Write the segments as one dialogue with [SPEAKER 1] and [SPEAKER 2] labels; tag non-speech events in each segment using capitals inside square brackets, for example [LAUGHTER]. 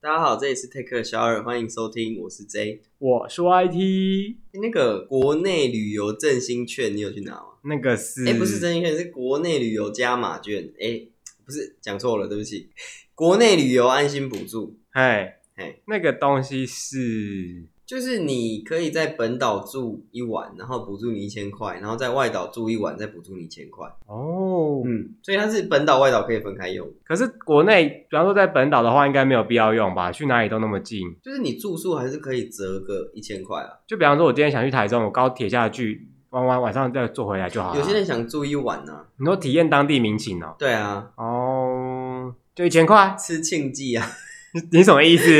[SPEAKER 1] 大家好，这里是 Take a Shower，欢迎收听，我是 J。
[SPEAKER 2] 我是 YT，
[SPEAKER 1] 那个国内旅游振兴券你有去拿吗？
[SPEAKER 2] 那个是，
[SPEAKER 1] 哎、不是振兴券，是国内旅游加码券。哎、不是讲错了，对不起。 [LAUGHS] 国内旅游安心补助，
[SPEAKER 2] 哎
[SPEAKER 1] 嘿
[SPEAKER 2] 那个东西是，
[SPEAKER 1] 就是你可以在本岛住一晚，然后补助你一千块，然后在外岛住一晚，再补助你一千块。
[SPEAKER 2] 哦，
[SPEAKER 1] 嗯，所以它是本岛、外岛可以分开用。
[SPEAKER 2] 可是国内，比方说在本岛的话，应该没有必要用吧？去哪里都那么近。
[SPEAKER 1] 就是你住宿还是可以折个一千块啊。
[SPEAKER 2] 就比方说，我今天想去台中，我高铁下去玩玩，晚上再坐回来就好了。
[SPEAKER 1] 有些人想住一晚呢、
[SPEAKER 2] 你说体验当地民情哦，
[SPEAKER 1] 对啊，
[SPEAKER 2] 哦，就一千块，
[SPEAKER 1] 吃庆记啊，
[SPEAKER 2] 你你什么意思？ [LAUGHS]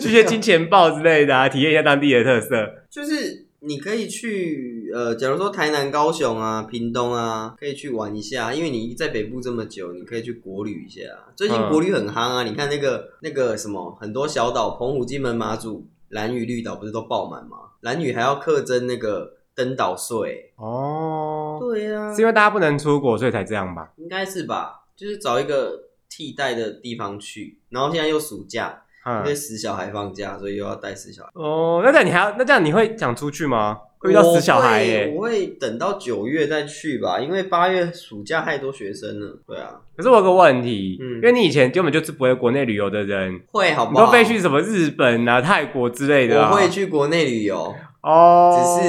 [SPEAKER 2] 去些金钱豹之类的啊，体验一下当地的特色。
[SPEAKER 1] 就是你可以去呃，假如说台南、高雄啊、屏东啊，可以去玩一下，因为你在北部这么久，你可以去国旅一下。最近
[SPEAKER 2] 嗯
[SPEAKER 1] 国旅很夯啊，你看那个那个什么，很多小岛，澎湖、金门、马祖、蓝屿、绿岛不是都爆满吗？蓝屿还要课征那个登岛税。
[SPEAKER 2] 哦，
[SPEAKER 1] 对呀、啊
[SPEAKER 2] 是，因为大家不能出国，所以才这样吧？
[SPEAKER 1] 应该是吧？就是找一个替代的地方去，然后现在又暑假，因为
[SPEAKER 2] 嗯，
[SPEAKER 1] 死小孩放假，所以又要带死小孩。
[SPEAKER 2] 哦，那这样你还要，那这样你会想出去吗？会遇到死小孩耶、
[SPEAKER 1] 我会我会等到九月再去吧，因为八月暑假太多学生了。对啊，
[SPEAKER 2] 可是我有个问题，
[SPEAKER 1] 嗯
[SPEAKER 2] 因为你以前根本就是不会国内旅游的人，
[SPEAKER 1] 会好
[SPEAKER 2] 你
[SPEAKER 1] 不好？
[SPEAKER 2] 都飞去什么日本啊、泰国之类的、啊，
[SPEAKER 1] 我会去国内旅游，只
[SPEAKER 2] 哦。
[SPEAKER 1] 是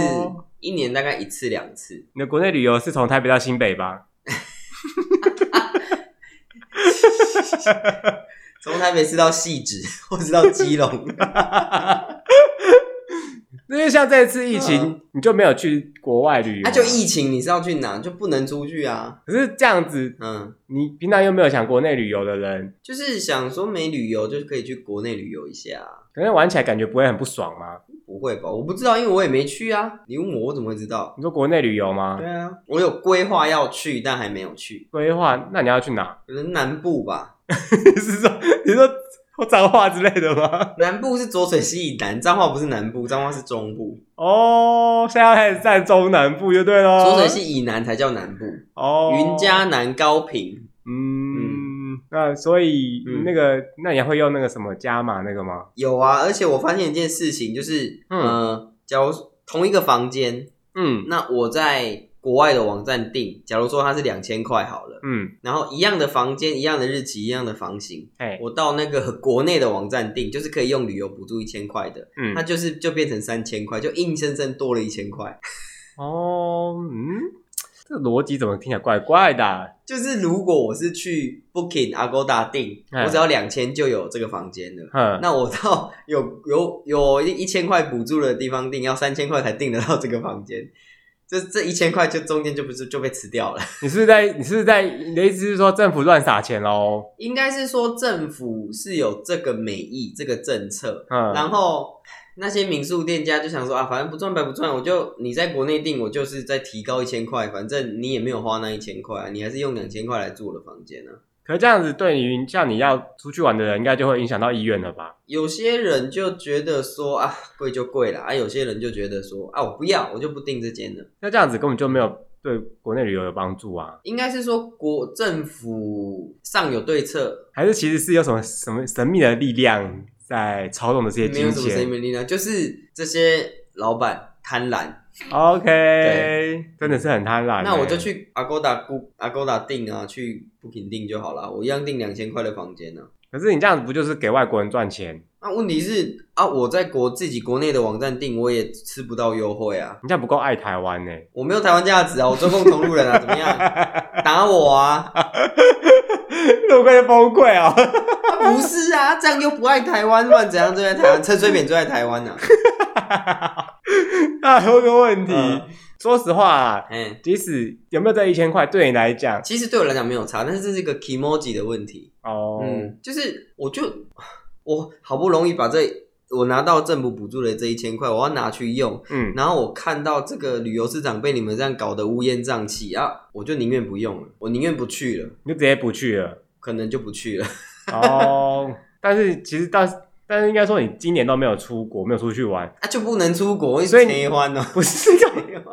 [SPEAKER 1] 一年大概一次两次。
[SPEAKER 2] 你的国内旅游是从台北到新北吧？
[SPEAKER 1] 从台北市到汐止， [LAUGHS] 或是到基
[SPEAKER 2] [LAUGHS]
[SPEAKER 1] 隆，
[SPEAKER 2] 因为像这次疫情，
[SPEAKER 1] 嗯
[SPEAKER 2] 你就没有去国外旅游，
[SPEAKER 1] 那、啊就疫情，你是要去哪就不能出去啊。
[SPEAKER 2] 可是这样子，
[SPEAKER 1] 嗯，
[SPEAKER 2] 你平常又没有想国内旅游的人，
[SPEAKER 1] 就是想说没旅游，就是可以去国内旅游一下。啊
[SPEAKER 2] 可能玩起来感觉不会很不爽吗？
[SPEAKER 1] 不会吧？我不知道，因为我也没去啊。你问我，我怎么会知道？
[SPEAKER 2] 你说国内旅游吗
[SPEAKER 1] 对？啊，我有规划要去，但还没有去，
[SPEAKER 2] 规划，那你要去哪？ [LAUGHS]
[SPEAKER 1] 可能南部吧。
[SPEAKER 2] 是说你说脏话之类的吗？
[SPEAKER 1] 南部是浊水溪以南，彰化不是南部，彰化是中部，
[SPEAKER 2] 哦，现在开始在中南部就对了。
[SPEAKER 1] 浊水溪以南才叫南部，
[SPEAKER 2] 哦，
[SPEAKER 1] 云嘉南、高平。
[SPEAKER 2] 嗯，那所以、
[SPEAKER 1] 嗯
[SPEAKER 2] 那个，那你还会用那个什么加码那个吗？
[SPEAKER 1] 有啊，而且我发现一件事情，就是，
[SPEAKER 2] 嗯
[SPEAKER 1] 呃，假如同一个房间，
[SPEAKER 2] 嗯
[SPEAKER 1] 那我在国外的网站订，假如说它是两千块好了，
[SPEAKER 2] 嗯，
[SPEAKER 1] 然后一样的房间、一样的日期、一样的房型，
[SPEAKER 2] 哎、
[SPEAKER 1] 我到那个国内的网站订，就是可以用旅游补助一千块的，
[SPEAKER 2] 嗯
[SPEAKER 1] 它，就是就变成三千块，就硬生生多了一千块。
[SPEAKER 2] 哦，嗯，这个逻辑怎么听起来怪怪的啊、
[SPEAKER 1] 就是如果我是去 Booking、Agoda 订，
[SPEAKER 2] 嗯
[SPEAKER 1] 我只要两千就有这个房间了。
[SPEAKER 2] 哼，
[SPEAKER 1] 那我到 [LAUGHS] 有有有一千块补助的地方订，要三千块才订得到这个房间，这这一千块就中间就不是就被吃掉了。 [LAUGHS]
[SPEAKER 2] 你是不是在你是不是在你的意思是说政府乱撒钱喽？
[SPEAKER 1] 应该是说政府是有这个美意这个政策，
[SPEAKER 2] 嗯，
[SPEAKER 1] 然后那些民宿店家就想说啊，反正不赚白不赚，我就你在国内订，我就是再提高一千块，反正你也没有花那一千块、啊，你还是用两千块来住我的房间呢、啊。
[SPEAKER 2] 可是这样子对于像你要出去玩的人，应该就会影响到意愿了吧？
[SPEAKER 1] 有些人就觉得说啊，贵就贵啦，啊，有些人就觉得说啊，我不要，我就不订这间了。
[SPEAKER 2] 那这样子根本就没有对国内旅游有帮助啊。
[SPEAKER 1] 应该是说国政府上有对策，
[SPEAKER 2] 还是其实是有什么什么神秘的力量在操纵的这些
[SPEAKER 1] 没有
[SPEAKER 2] 金
[SPEAKER 1] 什么生
[SPEAKER 2] 钱
[SPEAKER 1] 命力量，就是这些老板贪婪。
[SPEAKER 2] ？OK，真的是很贪婪欸。
[SPEAKER 1] 那我就去 Agoda 估 Agoda 订啊，去 Booking 订就好啦，我一样订两千块的房间呢、啊。
[SPEAKER 2] 可是你这样子不就是给外国人赚钱？
[SPEAKER 1] 那问题是啊，我在国自己国内的网站订，我也吃不到优惠啊，
[SPEAKER 2] 你这样不够爱台
[SPEAKER 1] [LAUGHS]
[SPEAKER 2] 湾呢、
[SPEAKER 1] 我没有台湾价值啊，我中共同路人啊，怎么
[SPEAKER 2] [LAUGHS]
[SPEAKER 1] 样？打我啊？
[SPEAKER 2] 我快就崩溃
[SPEAKER 1] [LAUGHS]
[SPEAKER 2] 啊！
[SPEAKER 1] 啊不是啊，这样又不爱台湾，乱怎样最爱台湾？陈水扁最爱台湾呐、啊。 [LAUGHS]
[SPEAKER 2] 那还有一个问题，
[SPEAKER 1] 嗯
[SPEAKER 2] 说实话啊，
[SPEAKER 1] 哎、
[SPEAKER 2] 即使有没有这一千块，对你来讲，
[SPEAKER 1] 其实对我来讲没有差，但是这是一个 k i m o j i 的问题。
[SPEAKER 2] 哦，
[SPEAKER 1] 嗯，就是我就我好不容易把这我拿到政府补助的这一千块，我要拿去用，
[SPEAKER 2] 嗯，
[SPEAKER 1] 然后我看到这个旅游市场被你们这样搞得乌烟瘴气啊，我就宁愿不用了，我宁愿不去了，
[SPEAKER 2] 你就直接不去了。
[SPEAKER 1] [LAUGHS] 可能就不去了。
[SPEAKER 2] 哦，但是其实到但是应该说你今年都没有出国，没有出去玩，
[SPEAKER 1] 啊，就不能出国，
[SPEAKER 2] 所以你
[SPEAKER 1] 没欢哦。
[SPEAKER 2] 不是这样，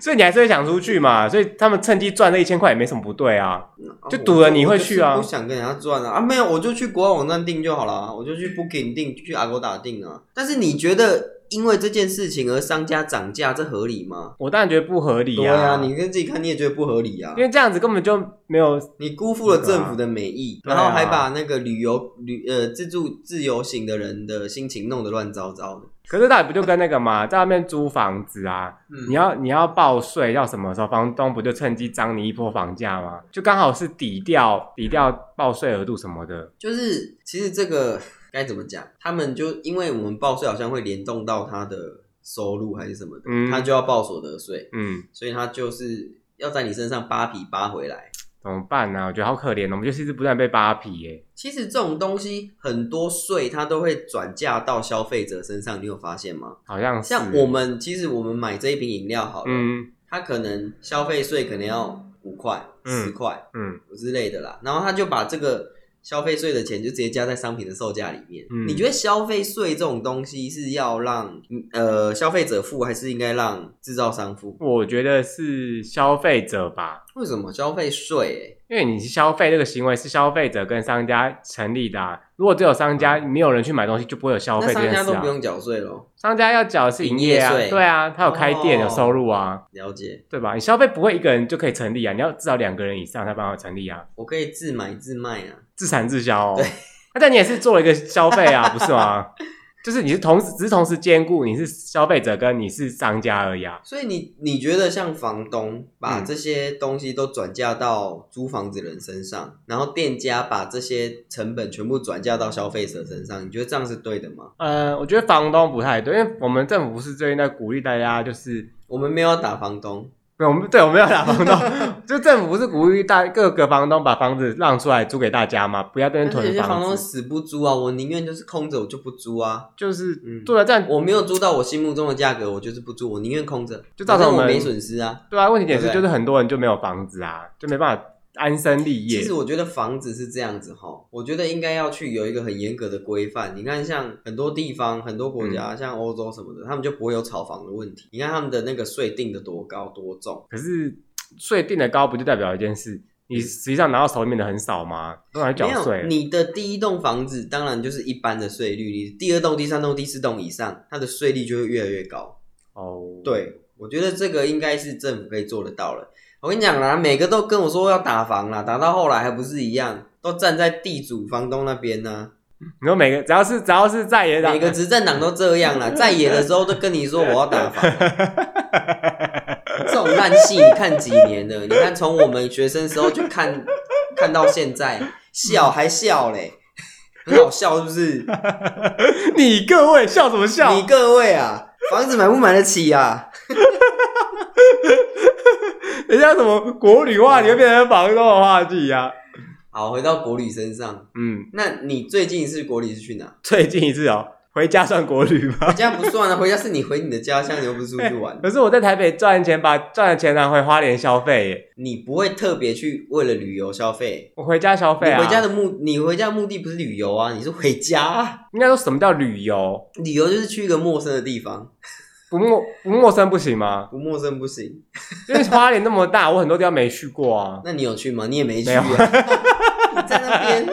[SPEAKER 2] 所以你还是会想出去嘛。所以他们趁机赚那一千块也没什么不对啊。就赌了你会去啊
[SPEAKER 1] 我就是不想跟人家赚啊啊，没有，我就去国外网站订就好了，啊我就
[SPEAKER 2] 嗯
[SPEAKER 1] 去 Booking 订，去 Agoda 订啊。但是你觉得因为这件事情而商家涨价，这合理吗？
[SPEAKER 2] 我当然觉得不合理
[SPEAKER 1] 对
[SPEAKER 2] 啊，
[SPEAKER 1] 啊，你跟自己看，你也觉得不合理啊
[SPEAKER 2] 因。为这样子根本就没有
[SPEAKER 1] 你辜负了政府的美意，
[SPEAKER 2] 对啊
[SPEAKER 1] 然后还把那个旅游旅呃自助自由行的人的心情弄得乱糟糟的。
[SPEAKER 2] 可是到底不就跟那个嘛，在外面租房子啊，
[SPEAKER 1] 嗯
[SPEAKER 2] 你要你要报税，要什么时候房东不就趁机涨你一波房价吗？就刚好是抵掉抵掉报税额度什么的。
[SPEAKER 1] 就是其实这个该怎么讲？他们就因为我们报税好像会联动到他的收入还是什么的，
[SPEAKER 2] 嗯
[SPEAKER 1] 他就要报所得税，
[SPEAKER 2] 嗯，
[SPEAKER 1] 所以他就是要在你身上扒皮扒回来。
[SPEAKER 2] 怎么办呢、我觉得好可怜哦，我们就是一直不断被扒皮耶、
[SPEAKER 1] 其实这种东西很多税它都会转嫁到消费者身上，你有发现吗？
[SPEAKER 2] 好像是
[SPEAKER 1] 像我，们其实我们买这一瓶饮料好了，
[SPEAKER 2] 嗯
[SPEAKER 1] 它可能消费税可能要五块、
[SPEAKER 2] 嗯
[SPEAKER 1] 十块
[SPEAKER 2] 嗯，
[SPEAKER 1] 之类的啦，然后他就把这个消费税的钱就直接加在商品的售价里面。
[SPEAKER 2] 嗯
[SPEAKER 1] 你觉得消费税这种东西是要让呃消费者付，还是应该让制造商付？
[SPEAKER 2] 我觉得是消费者吧，
[SPEAKER 1] 为什么消费税、欸
[SPEAKER 2] 因为你是消费这个行为是消费者跟商家成立的、啊，如果只有商家没有人去买东西，就不会有消
[SPEAKER 1] 欸嗯那
[SPEAKER 2] 费这
[SPEAKER 1] 商
[SPEAKER 2] 件
[SPEAKER 1] 家
[SPEAKER 2] 事
[SPEAKER 1] 都
[SPEAKER 2] 啊
[SPEAKER 1] 不。用缴税咯。
[SPEAKER 2] 商家要缴的是营业啊，
[SPEAKER 1] 营业税
[SPEAKER 2] 对啊，他有开店、
[SPEAKER 1] 哦
[SPEAKER 2] 有收入啊。
[SPEAKER 1] 了解，
[SPEAKER 2] 对吧？你消费不会一个人就可以成立啊，你要至少两个人以上才办法成立啊，
[SPEAKER 1] 我可以自买自卖啊。
[SPEAKER 2] 自产自销哦。
[SPEAKER 1] 对
[SPEAKER 2] 啊，但你也是做了一个消费啊， [LAUGHS] 不是吗？就是你是同时，只是同时兼顾你是消费者跟你是商家而已啊。
[SPEAKER 1] 所以你你觉得像房东把
[SPEAKER 2] 嗯
[SPEAKER 1] 这些东西都转嫁到租房子人身上，然后店家把这些成本全部转嫁到消费者身上，你觉得这样是对的吗？
[SPEAKER 2] 呃，我觉得房东不太对，因为我们政府不是最近在鼓励大家，就是
[SPEAKER 1] 我们没有要打房东，
[SPEAKER 2] 没有我们对我们要打 [LAUGHS] 房东，就政府不是鼓励大各个房东把房子让出来租给大家嘛，不要在那
[SPEAKER 1] 但是
[SPEAKER 2] 边
[SPEAKER 1] 有
[SPEAKER 2] 囤
[SPEAKER 1] 些房
[SPEAKER 2] 房
[SPEAKER 1] 东
[SPEAKER 2] 子，
[SPEAKER 1] 死不租啊，我宁愿就是空着，我就不租啊。
[SPEAKER 2] 就是
[SPEAKER 1] 嗯
[SPEAKER 2] 对啊，这样
[SPEAKER 1] 我没有租到我心目中的价格，我就是不租，我宁愿空着，
[SPEAKER 2] 就造成
[SPEAKER 1] 反正
[SPEAKER 2] 我
[SPEAKER 1] 我
[SPEAKER 2] 们
[SPEAKER 1] 没损失啊。
[SPEAKER 2] 对啊。问题点是，
[SPEAKER 1] 对不
[SPEAKER 2] 就
[SPEAKER 1] 对
[SPEAKER 2] 是很多人就没有房子啊，就没办法安身立业。
[SPEAKER 1] 其实我觉得房子是这样子哈，我觉得应该要去有一个很严格的规范。你看，像很多地方、很多国
[SPEAKER 2] 嗯
[SPEAKER 1] 家，像欧洲什么的，他们就不会有炒房的问题。你看他们的那个税定的多高多重，
[SPEAKER 2] 可是税定的高，不就代表一件事，你实际上拿到手里面的很少吗？都拿去
[SPEAKER 1] 嗯没
[SPEAKER 2] 缴税啊
[SPEAKER 1] 有
[SPEAKER 2] 了。
[SPEAKER 1] 你的第一栋房子当然就是一般的税率，你第二栋、第三栋、第四栋以上，它的税率就会越来越高。
[SPEAKER 2] 哦，，
[SPEAKER 1] 对，我觉得这个应该是政府可以做得到了。我跟你讲啦，每个都跟我说要打房啦，打到后来还不是一样，都站在地主房东那边呢、
[SPEAKER 2] 你说每个只要是只要是在野党，
[SPEAKER 1] 每个执政党都这样啦，在野的时候都跟你说我要打房，这种烂戏你看几年了？你看从我们学生时候就看 [LAUGHS] 看到现在，笑还笑嘞， [LAUGHS] 很好笑是不是？
[SPEAKER 2] [LAUGHS] 你各位笑什么笑？
[SPEAKER 1] 你各位啊，房子买不买得起啊？
[SPEAKER 2] 人家什么国旅
[SPEAKER 1] 啊
[SPEAKER 2] 话，你会变成房东的话题啊？
[SPEAKER 1] 好，回到国旅身上，
[SPEAKER 2] 嗯，
[SPEAKER 1] 那你最近是国旅是去哪？
[SPEAKER 2] 最近一次哦，回家算国旅吗 [LAUGHS]
[SPEAKER 1] 回？家不算啊，回家是你回你的家乡，你又不是出去玩，
[SPEAKER 2] 可是我在台北赚钱，把赚的钱拿回花莲消费耶，
[SPEAKER 1] 你不会特别去为了旅游消费。
[SPEAKER 2] 我回家消费
[SPEAKER 1] 你
[SPEAKER 2] 啊。
[SPEAKER 1] 回家的目，你回家的目的不是旅游啊，你是回家啊、
[SPEAKER 2] 应该说什么叫旅游？
[SPEAKER 1] 旅游就是去一个陌生的地方，
[SPEAKER 2] 不陌不陌生不行吗？
[SPEAKER 1] 不陌生不行。
[SPEAKER 2] [LAUGHS] 因为花莲那么大，我很多地方没去过啊。
[SPEAKER 1] 那你有去吗？你也没去、
[SPEAKER 2] 没有
[SPEAKER 1] 啊， [LAUGHS] 你在那边。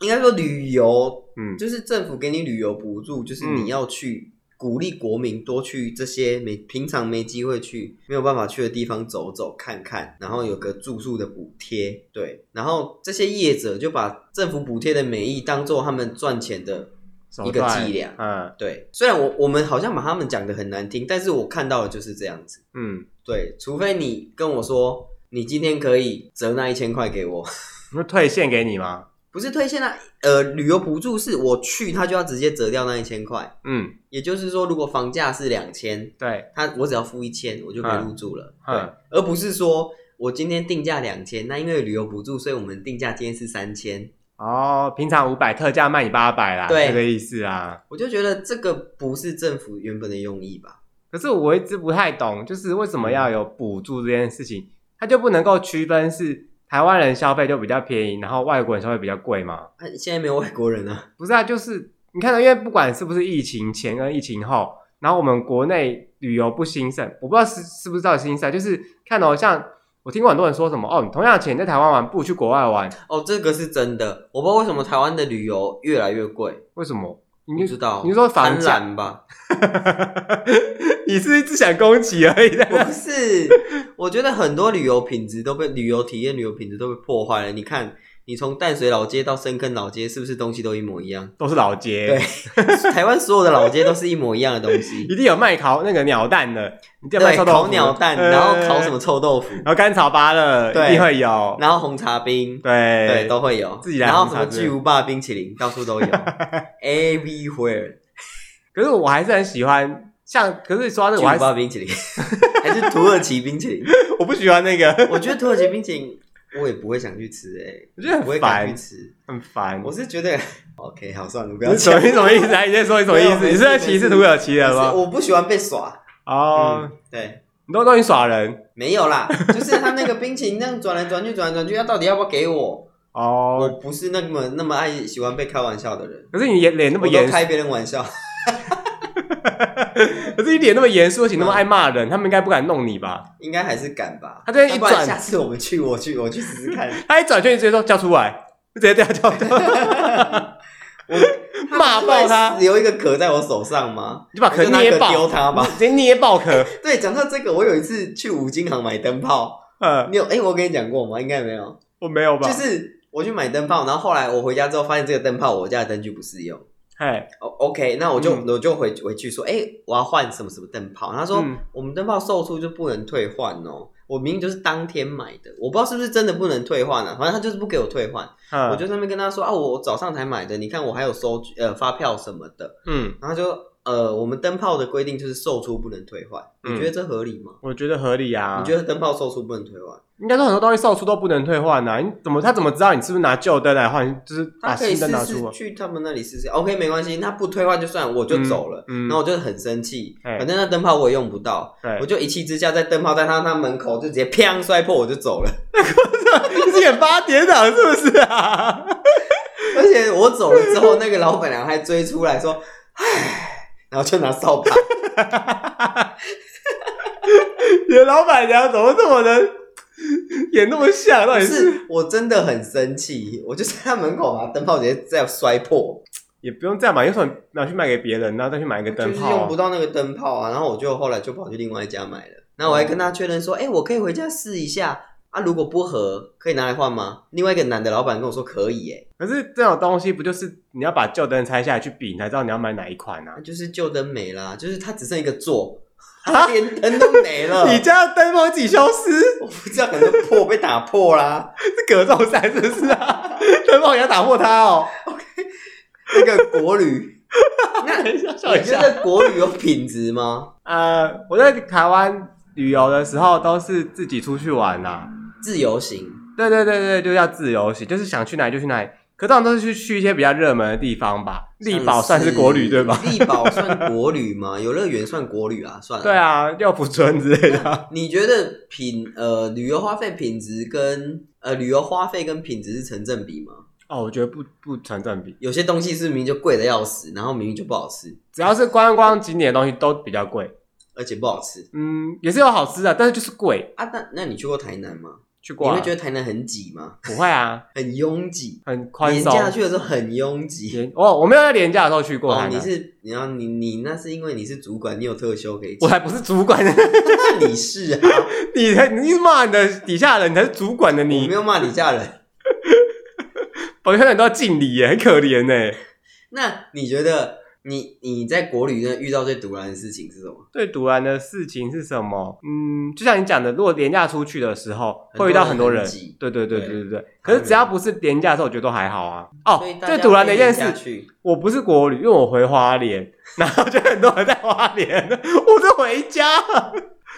[SPEAKER 1] 应该说旅游
[SPEAKER 2] 嗯，
[SPEAKER 1] 就是政府给你旅游补助，就是
[SPEAKER 2] 嗯
[SPEAKER 1] 你要去、鼓励国民多去这些没平常没机会去、没有办法去的地方走走看看，然后有个住宿的补贴，对，然后这些业者就把政府补贴的美意当做他们赚钱的
[SPEAKER 2] 手
[SPEAKER 1] 一个
[SPEAKER 2] 段
[SPEAKER 1] 伎俩
[SPEAKER 2] 嗯
[SPEAKER 1] 对，虽然我我们好像把他们讲的很难听，但是我看到的就是这样子。
[SPEAKER 2] 嗯，
[SPEAKER 1] 对，除非你跟我说你今天可以折那一千块给我， [LAUGHS]
[SPEAKER 2] 我退现给你吗？
[SPEAKER 1] 不是退现啊，呃，旅游补助是我去他就要直接折掉那一千块，
[SPEAKER 2] 嗯，
[SPEAKER 1] 也就是说，如果房价是两千，
[SPEAKER 2] 对，
[SPEAKER 1] 他我只要付一千，我就可以入住了，
[SPEAKER 2] 嗯
[SPEAKER 1] 对，而不是说我今天定价两千，那因为有旅游补助，所以我们定价今天是三千，
[SPEAKER 2] 哦，平常五百特价卖你八百啦，
[SPEAKER 1] 对
[SPEAKER 2] 这个意思啊。
[SPEAKER 1] 我就觉得这个不是政府原本的用意吧？
[SPEAKER 2] 可是我一直不太懂，就是为什么要有补助这件事情，它就不能够区分是台湾人消费就比较便宜，然后外国人消费比较贵嘛。
[SPEAKER 1] 啊现在没有外国人啊， [LAUGHS]
[SPEAKER 2] 不是啊，就是你看到，因为不管是不是疫情前跟疫情后，然后我们国内旅游不兴盛，我不知道是是不是到底兴盛，就是看哦，像我听过很多人说什么哦，你同样的钱在台湾玩，不如去国外玩，
[SPEAKER 1] 哦，这个是真的，我不知道为什么台湾的旅游越来越贵，
[SPEAKER 2] 为什么？
[SPEAKER 1] 不
[SPEAKER 2] 你
[SPEAKER 1] 知道，
[SPEAKER 2] 你说房
[SPEAKER 1] 贪
[SPEAKER 2] 价
[SPEAKER 1] 婪吧？
[SPEAKER 2] [LAUGHS] 你是不是只想攻击而已。
[SPEAKER 1] [LAUGHS] 不是，我觉得很多旅游品质都被旅游体验、旅游品质都被破坏了。你看，你从淡水老街到深坑老街，是不是东西都一模一样？
[SPEAKER 2] 都是老街，
[SPEAKER 1] 对 [LAUGHS] 台湾所有的老街都是一模一样的东西
[SPEAKER 2] [LAUGHS] 一，定有卖烤那个鸟蛋的，一定有卖
[SPEAKER 1] 对，
[SPEAKER 2] 臭豆腐
[SPEAKER 1] 烤鸟蛋，
[SPEAKER 2] 呃
[SPEAKER 1] 然后烤什么臭
[SPEAKER 2] [LAUGHS]
[SPEAKER 1] 豆腐，
[SPEAKER 2] 然后干炒芭乐，
[SPEAKER 1] 对
[SPEAKER 2] 一定会有，
[SPEAKER 1] 然后红茶冰，
[SPEAKER 2] 对
[SPEAKER 1] 对，都会有
[SPEAKER 2] 自己。来
[SPEAKER 1] 然后
[SPEAKER 2] 红
[SPEAKER 1] 什
[SPEAKER 2] 茶
[SPEAKER 1] 么
[SPEAKER 2] 之类
[SPEAKER 1] 巨无霸冰淇淋，到处
[SPEAKER 2] [LAUGHS]
[SPEAKER 1] 都有，everywhere。
[SPEAKER 2] 可是我还是很喜欢，像可是说到这
[SPEAKER 1] 巨
[SPEAKER 2] 个，我还
[SPEAKER 1] 无
[SPEAKER 2] 是
[SPEAKER 1] 霸冰淇
[SPEAKER 2] [LAUGHS]
[SPEAKER 1] 淋还是土耳其冰淇淋？
[SPEAKER 2] 我不喜欢那个，
[SPEAKER 1] 我觉得土耳其冰淇淋我也不会想去吃、欸，
[SPEAKER 2] 我觉得
[SPEAKER 1] 不会
[SPEAKER 2] 很
[SPEAKER 1] 敢去
[SPEAKER 2] 烦，
[SPEAKER 1] 吃。
[SPEAKER 2] 很烦。
[SPEAKER 1] 我是觉得 [LAUGHS] OK，好，算了，不要
[SPEAKER 2] 你什么
[SPEAKER 1] 讲。
[SPEAKER 2] 你什么意思啊？你在说你什么意思？
[SPEAKER 1] 没有没事
[SPEAKER 2] 你是在歧视土耳其人
[SPEAKER 1] 不是
[SPEAKER 2] 吗？
[SPEAKER 1] 我不喜欢被耍。
[SPEAKER 2] 哦，
[SPEAKER 1] 嗯，对，
[SPEAKER 2] 你都都你耍人
[SPEAKER 1] 没有
[SPEAKER 2] [LAUGHS]
[SPEAKER 1] 啦，就是他那个冰淇淋那样转来转去，转来转去，他到底要不要给我？我
[SPEAKER 2] 哦。
[SPEAKER 1] 不是那么那么爱喜欢被开玩笑的人，
[SPEAKER 2] 可是你脸脸那么
[SPEAKER 1] 我都
[SPEAKER 2] 严肃，
[SPEAKER 1] 开别人玩笑。
[SPEAKER 2] 可是你脸那么严肃，而且那么爱骂人，他们应该不敢弄你吧？
[SPEAKER 1] 应该还是敢吧？
[SPEAKER 2] 他这一
[SPEAKER 1] 要不然
[SPEAKER 2] 转
[SPEAKER 1] 下次我们去，我去，我去试试看。
[SPEAKER 2] 他一转圈，你直接说叫出来，直接这样叫出来，
[SPEAKER 1] 我
[SPEAKER 2] [LAUGHS] 骂爆他
[SPEAKER 1] 不是会留一个壳在我手上吗？
[SPEAKER 2] 你就把
[SPEAKER 1] 我
[SPEAKER 2] 壳
[SPEAKER 1] 就拿
[SPEAKER 2] 捏
[SPEAKER 1] 壳
[SPEAKER 2] 爆，
[SPEAKER 1] 丢他吧。
[SPEAKER 2] 直接捏爆壳。
[SPEAKER 1] [LAUGHS]
[SPEAKER 2] [LAUGHS]
[SPEAKER 1] 对，讲到这个，我有一次去五金行买灯泡，
[SPEAKER 2] 嗯，
[SPEAKER 1] 你有哎、我跟你讲过吗？应该没有。
[SPEAKER 2] 我没有吧？
[SPEAKER 1] 就是我去买灯泡，然后后来我回家之后发现这个灯泡我家的灯具不适用。
[SPEAKER 2] 哎，
[SPEAKER 1] O OK，那我就、
[SPEAKER 2] 嗯
[SPEAKER 1] 我就回回去说，哎、我要换什么什么灯泡。他说、
[SPEAKER 2] 嗯
[SPEAKER 1] 我们灯泡售出就不能退换哦。我明明就是当天买的，我不知道是不是真的不能退换啊，反正他就是不给我退换。
[SPEAKER 2] 嗯
[SPEAKER 1] 我就在那边跟他说啊，我早上才买的，你看我还有收据呃发票什么的。
[SPEAKER 2] 嗯，
[SPEAKER 1] 然后他就呃，我们灯泡的规定就是售出不能退换，你觉得这合理吗？
[SPEAKER 2] 我觉得合理嗯啊。
[SPEAKER 1] 你觉得灯泡售出不能退换？
[SPEAKER 2] 应该说很多东西售出都不能退换呐、啊你怎么他怎么知道你是不是拿旧灯来换？就是把
[SPEAKER 1] 他可以
[SPEAKER 2] 新
[SPEAKER 1] 试
[SPEAKER 2] 灯拿
[SPEAKER 1] 试
[SPEAKER 2] 出。哦
[SPEAKER 1] 去他们那里试试，OK，没关系，那不退换就算，我就走了。
[SPEAKER 2] 嗯嗯嗯哎
[SPEAKER 1] 然后我就很生气，
[SPEAKER 2] 嘿
[SPEAKER 1] 反正那灯泡我也用不到，
[SPEAKER 2] 对
[SPEAKER 1] 我，就一气之下在灯泡在他他门口就直接砰摔破，我就走了。
[SPEAKER 2] [LAUGHS] 你是演八点档是不是啊？
[SPEAKER 1] 而且我走了之后，那个老板娘还追出来说：“唉。”然后就拿扫把，
[SPEAKER 2] [LAUGHS] 你的老板娘怎么这么的演那么像？到
[SPEAKER 1] 可
[SPEAKER 2] 底是
[SPEAKER 1] 是我真的很生气，我就在他门口把灯泡直接这样摔破，
[SPEAKER 2] 也不用这样吧？有什么拿去卖给别人，然啊后再去买一个
[SPEAKER 1] 就
[SPEAKER 2] 灯
[SPEAKER 1] 是
[SPEAKER 2] 泡、
[SPEAKER 1] 用不到那个灯泡啊。然后我就后来就跑去另外一家买了，然后我还跟他确认
[SPEAKER 2] 哦
[SPEAKER 1] 说：“哎、我可以回家试一下啊，如果不合可以拿来换吗？”另外一个男的老板跟我说可以、欸，
[SPEAKER 2] 可是这种东西不就是你要把旧灯拆下来去比，你才知道你要买哪一款啊
[SPEAKER 1] 那？就是旧灯没啦，就是它只剩一个座， [LAUGHS] 它连灯都没了。
[SPEAKER 2] [LAUGHS] 你家的灯泡自己消失，
[SPEAKER 1] 我不知道，可能都破被打破啦。
[SPEAKER 2] 是隔中山是不是 [LAUGHS] 啊？灯泡也要打破它哦。
[SPEAKER 1] 那个国
[SPEAKER 2] [LAUGHS]
[SPEAKER 1] 旅，那
[SPEAKER 2] 等一下，笑
[SPEAKER 1] 你
[SPEAKER 2] 一
[SPEAKER 1] 觉
[SPEAKER 2] 下。
[SPEAKER 1] 得国旅有品质吗？
[SPEAKER 2] 呃，我在台湾旅游的时候都是自己出去玩啦、
[SPEAKER 1] 自由行，
[SPEAKER 2] 对对对对，就叫自由行，就是想去哪里就去哪里。可通常都是去去一些比较热门的地方吧。力宝算是国旅对吧？？
[SPEAKER 1] 力宝算国旅吗？游乐园算国旅啊，算了。
[SPEAKER 2] 对。啊，六福村之类的啊、
[SPEAKER 1] 你觉得品呃旅游花费品质跟呃旅游花费跟品质是成正比吗？
[SPEAKER 2] [LAUGHS] 哦，我觉得不不成正比，
[SPEAKER 1] 有些东西是明明就贵的要死，然后明明就不好吃，
[SPEAKER 2] 只要是观光景点的东西都比较贵。
[SPEAKER 1] 而且不好吃
[SPEAKER 2] 嗯，也是有好吃的，但是就是贵。
[SPEAKER 1] 啊。那那你去过台南吗？
[SPEAKER 2] 去过、
[SPEAKER 1] 你
[SPEAKER 2] 啊、
[SPEAKER 1] 会觉得台南很挤吗？
[SPEAKER 2] 不会啊，
[SPEAKER 1] 很拥挤，
[SPEAKER 2] 很宽
[SPEAKER 1] 廉
[SPEAKER 2] 松。
[SPEAKER 1] 价去的时候很拥挤。
[SPEAKER 2] 廉哦，我没有在廉价的时候去过
[SPEAKER 1] 哦，
[SPEAKER 2] 台南，
[SPEAKER 1] 你是你要你你那是因为你是主管，你有特休可以
[SPEAKER 2] 我
[SPEAKER 1] 请。
[SPEAKER 2] 还不是主管，
[SPEAKER 1] [LAUGHS] 那你是啊，
[SPEAKER 2] [LAUGHS] 你才你骂你的底下人，你才是主管的
[SPEAKER 1] 我
[SPEAKER 2] [LAUGHS] 你
[SPEAKER 1] 没。有骂你家人。
[SPEAKER 2] 保全人都要敬礼耶，很可怜呢。
[SPEAKER 1] 那你觉得你你在国旅那遇到最毒然的事情是什么？
[SPEAKER 2] 最堵然的事情是什么？嗯，就像你讲的，如果廉价出去的时候，会遇到很多人
[SPEAKER 1] 很挤。
[SPEAKER 2] 对对对
[SPEAKER 1] 对
[SPEAKER 2] 对对对。可是只要不是廉价的时候，我觉得都还好啊。哦
[SPEAKER 1] 所以，大家
[SPEAKER 2] 最堵然的一件
[SPEAKER 1] 可以
[SPEAKER 2] 事
[SPEAKER 1] 下，去，
[SPEAKER 2] 我不是国旅， [LAUGHS] 因为我回花莲，然后就很多人在花莲，我是回家。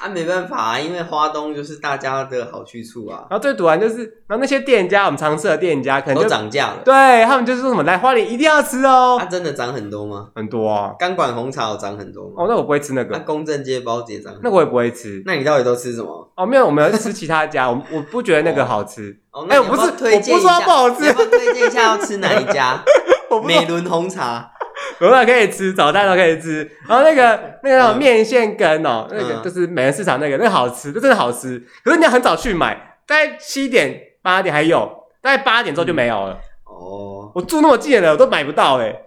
[SPEAKER 1] 啊，没办法啊，因为花东就是大家的好去处啊，
[SPEAKER 2] 然后最堵然就是，然后那些店家，我们常吃的店家，可能
[SPEAKER 1] 都啊
[SPEAKER 2] 就
[SPEAKER 1] 涨价了。
[SPEAKER 2] 对啊他们就是说什么来花莲一定要吃哦，
[SPEAKER 1] 它、真的涨很多吗？
[SPEAKER 2] 很多啊。
[SPEAKER 1] 钢管红茶有涨很多吗？
[SPEAKER 2] 哦，那我不会吃那
[SPEAKER 1] 那、
[SPEAKER 2] 个，
[SPEAKER 1] 公正街包子也涨很
[SPEAKER 2] 那
[SPEAKER 1] 多。
[SPEAKER 2] 个我也不会吃。
[SPEAKER 1] 那你到底都吃什么？
[SPEAKER 2] 哦，没有，我们要吃其他家， [LAUGHS] 我我不觉得那个好吃。
[SPEAKER 1] 哦，
[SPEAKER 2] 哎
[SPEAKER 1] 那你
[SPEAKER 2] 我不
[SPEAKER 1] 要
[SPEAKER 2] 是
[SPEAKER 1] 要推荐一
[SPEAKER 2] 我不是说它
[SPEAKER 1] 下，
[SPEAKER 2] 不好吃
[SPEAKER 1] 你要不要推荐一下要吃哪一家？
[SPEAKER 2] [LAUGHS] 我不知道
[SPEAKER 1] 美伦红茶，
[SPEAKER 2] 偶尔可以吃，早餐都可以吃。然后那个那个那种
[SPEAKER 1] 嗯
[SPEAKER 2] 面线羹哦，那个
[SPEAKER 1] 嗯
[SPEAKER 2] 就是美人市场那个，那个好吃，那真的好吃。可是你要很早去买，大概七点八点还有，大概八点
[SPEAKER 1] 嗯
[SPEAKER 2] 之后就没有了。
[SPEAKER 1] 哦，
[SPEAKER 2] 我住那么近了，我都买不到哎、 [LAUGHS]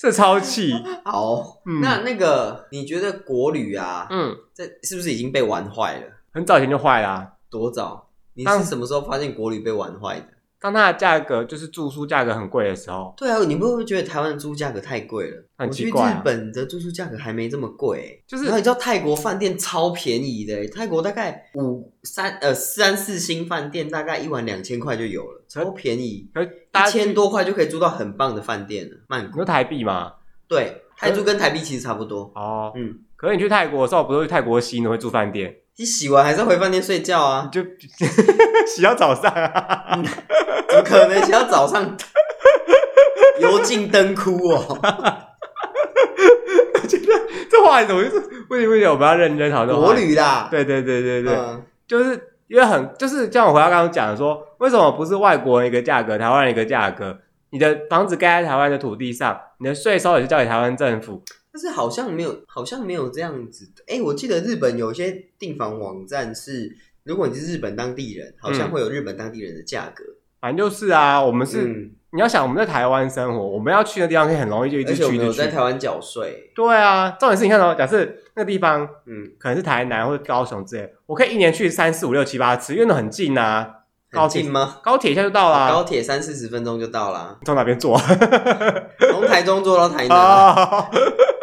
[SPEAKER 2] 这超气。
[SPEAKER 1] 好，
[SPEAKER 2] 嗯
[SPEAKER 1] 那那个你觉得国旅啊，
[SPEAKER 2] 嗯，
[SPEAKER 1] 这是不是已经被玩坏了？
[SPEAKER 2] 很早以前就坏啦、
[SPEAKER 1] 多早？你
[SPEAKER 2] 当
[SPEAKER 1] 是什么时候发现国旅被玩坏的？
[SPEAKER 2] 当它的价格就是住宿价格很贵的时候，
[SPEAKER 1] 对啊，你会不会觉得台湾的住宿价格太贵了？
[SPEAKER 2] 很
[SPEAKER 1] 我
[SPEAKER 2] 奇
[SPEAKER 1] 去日
[SPEAKER 2] 怪啊
[SPEAKER 1] 本的住宿价格还没这么贵、欸
[SPEAKER 2] 就是
[SPEAKER 1] 然后你知道泰国饭店超便宜的、欸泰国大概五三呃三四星饭店大概一晚两千块就有了，超便宜，
[SPEAKER 2] 可是大
[SPEAKER 1] 一
[SPEAKER 2] 家去嗯
[SPEAKER 1] 千多块就可以住到很棒的饭店了。曼
[SPEAKER 2] 你
[SPEAKER 1] 谷
[SPEAKER 2] 说台币嘛？
[SPEAKER 1] 对，泰铢跟台币其实差不多，
[SPEAKER 2] 哦，
[SPEAKER 1] 嗯，
[SPEAKER 2] 可是你去泰国的时候，不是去泰国洗，你会住饭店，
[SPEAKER 1] 你洗完还是要回饭店睡觉
[SPEAKER 2] 你
[SPEAKER 1] 啊？
[SPEAKER 2] 就 [LAUGHS] 洗到早上啊。 [LAUGHS]
[SPEAKER 1] 怎么可能洗到早上 [LAUGHS] 油尽灯枯
[SPEAKER 2] [LAUGHS]
[SPEAKER 1] 哦？
[SPEAKER 2] 这话怎么就是不行不行，我们要认真讨论。
[SPEAKER 1] 国，旅啦，
[SPEAKER 2] 对对对对对，
[SPEAKER 1] 嗯
[SPEAKER 2] 就是因为很就是像我回到刚刚讲的说，为什么不是外国人一个价格，台湾人一个价格？你的房子盖在台湾的土地上，你的税收也是交给台湾政府。
[SPEAKER 1] 但是好像没有，好像没有这样子的。哎、我记得日本有一些订房网站是，如果你是日本当地人，好
[SPEAKER 2] 嗯
[SPEAKER 1] 像会有日本当地人的价格。
[SPEAKER 2] 反正就是啊，我们是、
[SPEAKER 1] 嗯，
[SPEAKER 2] 你要想我们在台湾生活，我们要去的地方可以很容易就一
[SPEAKER 1] 而
[SPEAKER 2] 直
[SPEAKER 1] 且我
[SPEAKER 2] 去一
[SPEAKER 1] 们有
[SPEAKER 2] 直
[SPEAKER 1] 在
[SPEAKER 2] 去
[SPEAKER 1] 台。湾缴税。
[SPEAKER 2] 对啊，重点是你看到、假设那个地方
[SPEAKER 1] 嗯，
[SPEAKER 2] 可能是台南或者高雄之类，我可以一年去三四五六七八次，因为那很近啊，高
[SPEAKER 1] 很
[SPEAKER 2] 铁
[SPEAKER 1] 近
[SPEAKER 2] [LAUGHS]
[SPEAKER 1] 吗？哦
[SPEAKER 2] 高铁一下就到啊啦。，
[SPEAKER 1] 高铁三四十分钟就到啦
[SPEAKER 2] 从哪边坐？ [LAUGHS]
[SPEAKER 1] 从台中坐到台南啊。
[SPEAKER 2] 啊，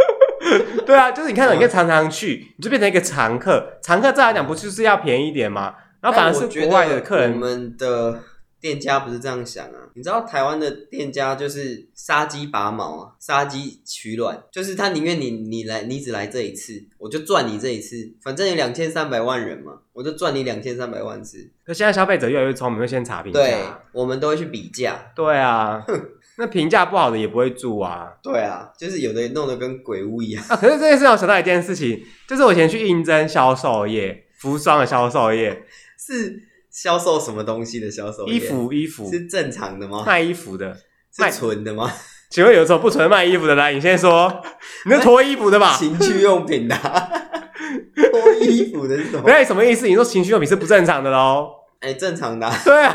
[SPEAKER 2] [LAUGHS] 对啊，就是你看到
[SPEAKER 1] 嗯
[SPEAKER 2] 你可以常常去，你就变成一个常客。常客再来讲，不就是要便宜一点吗？然后反而是
[SPEAKER 1] 但我觉得
[SPEAKER 2] 国外的客
[SPEAKER 1] 我
[SPEAKER 2] 人，
[SPEAKER 1] 们的店家不是这样想啊。你知道台湾的店家就是杀鸡拔毛啊，杀鸡取卵，就是他宁愿你你来，你只来这一次，我就赚你这一次，反正有两千三百万人嘛，我就赚你两千三百万次。
[SPEAKER 2] 可现在消费者越来越聪明，会先查评价。
[SPEAKER 1] 对，我们都会去比价。
[SPEAKER 2] 对啊，那评价不好的也不会住啊。
[SPEAKER 1] 对啊，就是有的弄得跟鬼屋一样。 [LAUGHS]
[SPEAKER 2] 啊，可是这件事让我想到一件事情，就是我以前去应征销售业，服装的销售业，
[SPEAKER 1] 是销售什么东西的销售业？
[SPEAKER 2] 衣服衣服
[SPEAKER 1] 哦是正常的吗？
[SPEAKER 2] 卖衣服的。卖
[SPEAKER 1] 是纯的吗？
[SPEAKER 2] 请问有什么不纯卖衣服的来？你先说，你是脱衣服
[SPEAKER 1] [LAUGHS]
[SPEAKER 2] 的吧？
[SPEAKER 1] 情趣用品的、啊， [LAUGHS] 脱衣服的是
[SPEAKER 2] [LAUGHS]
[SPEAKER 1] 什么？
[SPEAKER 2] 那你什么意思？你说情趣用品是不正常的喽？
[SPEAKER 1] 哎、正常的啊、
[SPEAKER 2] [LAUGHS] 对啊，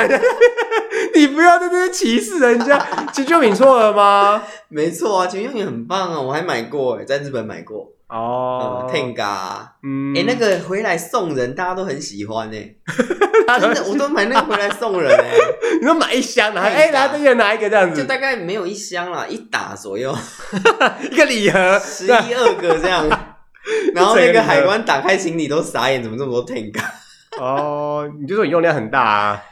[SPEAKER 2] 你不要在这边歧视人家， [LAUGHS] 情趣用品错了吗？
[SPEAKER 1] 没错啊，情趣用品很棒啊，我还买过哎、在日本买过。哦、，
[SPEAKER 2] 哦
[SPEAKER 1] Tenga，啊
[SPEAKER 2] 嗯
[SPEAKER 1] 哎、那
[SPEAKER 2] [LAUGHS]
[SPEAKER 1] 个回来送人，大家都很喜欢哎、真的，我都买那个回来送人哎、
[SPEAKER 2] [LAUGHS] 你说买一箱的，
[SPEAKER 1] Tenga
[SPEAKER 2] 哎，来这个拿一个这样
[SPEAKER 1] 就
[SPEAKER 2] 子，
[SPEAKER 1] 大概没有一箱啦，一打左
[SPEAKER 2] [LAUGHS]
[SPEAKER 1] 右，
[SPEAKER 2] 一个礼盒，
[SPEAKER 1] 十
[SPEAKER 2] 对啊
[SPEAKER 1] 一二个这样。然后那个海关打开行李都傻眼，怎么这么多 Tenga？
[SPEAKER 2] [LAUGHS] 哦，你就说你用量很大啊。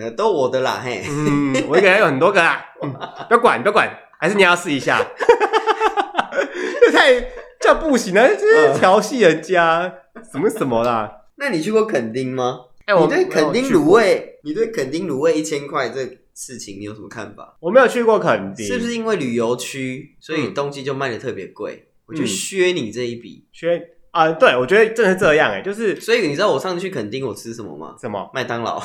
[SPEAKER 1] 呃都我的啦嘿， [LAUGHS]
[SPEAKER 2] 嗯，我一个人有很多个啊，嗯不要管，不要管，还是你要试一下。 [LAUGHS] 这太这样不行啊，这是调戏人家，什么什么啦？
[SPEAKER 1] 那你去过垦丁吗？
[SPEAKER 2] 哎、
[SPEAKER 1] 你对垦丁卤
[SPEAKER 2] 味，
[SPEAKER 1] 味，你对垦丁卤味一千块这事情你有什么看法？
[SPEAKER 2] 我没有去过垦丁，
[SPEAKER 1] 是不？是因为旅游区，所以
[SPEAKER 2] 嗯
[SPEAKER 1] 东西就卖的特别贵？我就
[SPEAKER 2] 嗯
[SPEAKER 1] 削你这一笔。
[SPEAKER 2] 缺啊、对，我觉得真的是这样哎、就是
[SPEAKER 1] 所以你知道我上次去垦丁我吃什么吗？
[SPEAKER 2] 什么？
[SPEAKER 1] 麦当劳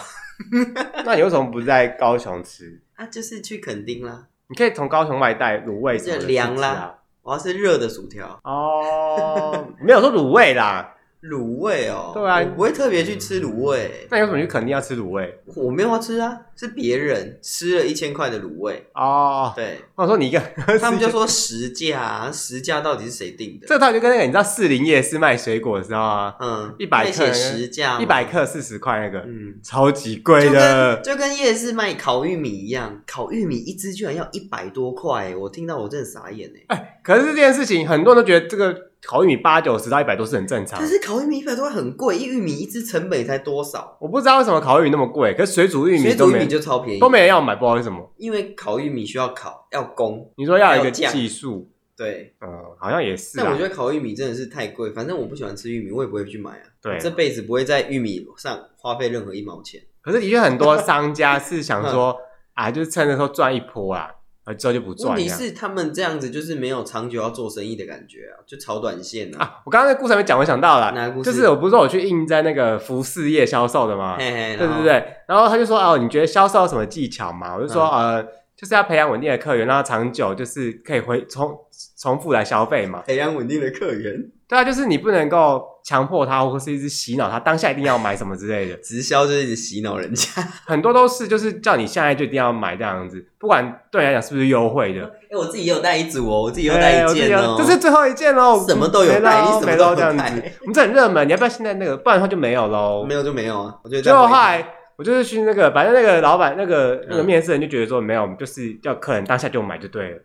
[SPEAKER 2] [LAUGHS] 那你为什么不在高雄吃？
[SPEAKER 1] 啊，就是去垦丁啦。
[SPEAKER 2] 你可以从高雄外带卤味什么的
[SPEAKER 1] 这凉啦
[SPEAKER 2] 去吃啊。
[SPEAKER 1] 我要吃热的薯条，
[SPEAKER 2] 哦，没有说卤味啦，
[SPEAKER 1] 卤味哦。
[SPEAKER 2] 对啊
[SPEAKER 1] 我不会特别去吃卤味，
[SPEAKER 2] 那你为什么去垦丁要吃卤味？
[SPEAKER 1] 我没有要吃啊，是别人吃了一千块的卤味。
[SPEAKER 2] 哦，
[SPEAKER 1] 对，
[SPEAKER 2] 我说你一个，
[SPEAKER 1] 他们就说实价啊，实价到底是谁定的？
[SPEAKER 2] [LAUGHS] 这套就跟那个你知道士林夜市卖水果的时候啊，
[SPEAKER 1] 嗯，
[SPEAKER 2] 100
[SPEAKER 1] 会
[SPEAKER 2] 克
[SPEAKER 1] 写实价嘛，
[SPEAKER 2] 一百克四十块那个，
[SPEAKER 1] 嗯，
[SPEAKER 2] 超级贵
[SPEAKER 1] 就跟
[SPEAKER 2] 的。
[SPEAKER 1] 嗯就跟夜市卖烤玉米一样，烤玉米一只居然要一百多块，我听到我真的傻眼哎。
[SPEAKER 2] 可是这件事情，很多人都觉得这个烤玉米八九十到一百多是很正常
[SPEAKER 1] 可。是烤玉米一百多很贵，一玉米一只成本才多少？
[SPEAKER 2] 我不知道为什么烤玉米那么贵，可是水煮玉米
[SPEAKER 1] 水
[SPEAKER 2] 都
[SPEAKER 1] 煮玉
[SPEAKER 2] 没
[SPEAKER 1] 米就超便宜，
[SPEAKER 2] 都没人要买，不知道为什么。
[SPEAKER 1] 因为烤玉米需要烤，要工，
[SPEAKER 2] 你说要有
[SPEAKER 1] 还
[SPEAKER 2] 一个
[SPEAKER 1] 有酱
[SPEAKER 2] 技术，
[SPEAKER 1] 对，
[SPEAKER 2] 嗯，好像也是
[SPEAKER 1] 但
[SPEAKER 2] 啊
[SPEAKER 1] 我觉。得烤玉米真的是太贵，反正我不喜欢吃玉米，我也不会去买啊。
[SPEAKER 2] 对
[SPEAKER 1] 这辈子不会在玉米上花费任何一毛钱。
[SPEAKER 2] 可是的确很多商家是想说
[SPEAKER 1] [LAUGHS]
[SPEAKER 2] 啊，就是趁着时候赚一波啊，而之后就不
[SPEAKER 1] 嗯问
[SPEAKER 2] 赚
[SPEAKER 1] 题
[SPEAKER 2] 这样
[SPEAKER 1] 是他们这样子就是没有长久要做生意的感觉啊，就炒短线啊。
[SPEAKER 2] 啊。我刚刚那故事还没讲，我想到了
[SPEAKER 1] 哪
[SPEAKER 2] 啦
[SPEAKER 1] 个故，事
[SPEAKER 2] 就是我不是说我去应征那个服饰业销售的吗？
[SPEAKER 1] 嘿嘿，
[SPEAKER 2] 啊对
[SPEAKER 1] 然后
[SPEAKER 2] 对，对，然后他就说哦，你觉得销售有什么技巧吗？我就说、
[SPEAKER 1] 嗯
[SPEAKER 2] 呃，就是要培养稳定的客源，让他长久就是可以回重重复来消费嘛。
[SPEAKER 1] 培养稳定的客源，，
[SPEAKER 2] 对啊，就是你不能够强迫他，或是一直洗脑他当下一定要买什么之类的
[SPEAKER 1] 直销就是一直洗脑人家。 [LAUGHS]
[SPEAKER 2] 很多都是就是叫你现在就一定要买这样子，不管对你来讲是不是优惠的。
[SPEAKER 1] 哎、我自己也有带一组哦，我自己有带
[SPEAKER 2] 对
[SPEAKER 1] 一
[SPEAKER 2] 哎我自己
[SPEAKER 1] 件哦
[SPEAKER 2] 有，这是最后一件喽，
[SPEAKER 1] 什么都有
[SPEAKER 2] 没
[SPEAKER 1] 带
[SPEAKER 2] 咯
[SPEAKER 1] 你什么
[SPEAKER 2] 没
[SPEAKER 1] 都
[SPEAKER 2] 咯
[SPEAKER 1] 有
[SPEAKER 2] 这样
[SPEAKER 1] 带
[SPEAKER 2] 子。我们这很热门，你要不要现在那个？不然的话就没有喽
[SPEAKER 1] 没。有就没有啊。我觉得这
[SPEAKER 2] 最
[SPEAKER 1] 样
[SPEAKER 2] 后
[SPEAKER 1] 不
[SPEAKER 2] 后
[SPEAKER 1] 会
[SPEAKER 2] 来我就是去那个，反正那个老板那个那个
[SPEAKER 1] 嗯
[SPEAKER 2] 面试人就觉得说没有，我们就是叫客人当下就买就对
[SPEAKER 1] [LAUGHS]
[SPEAKER 2] 了。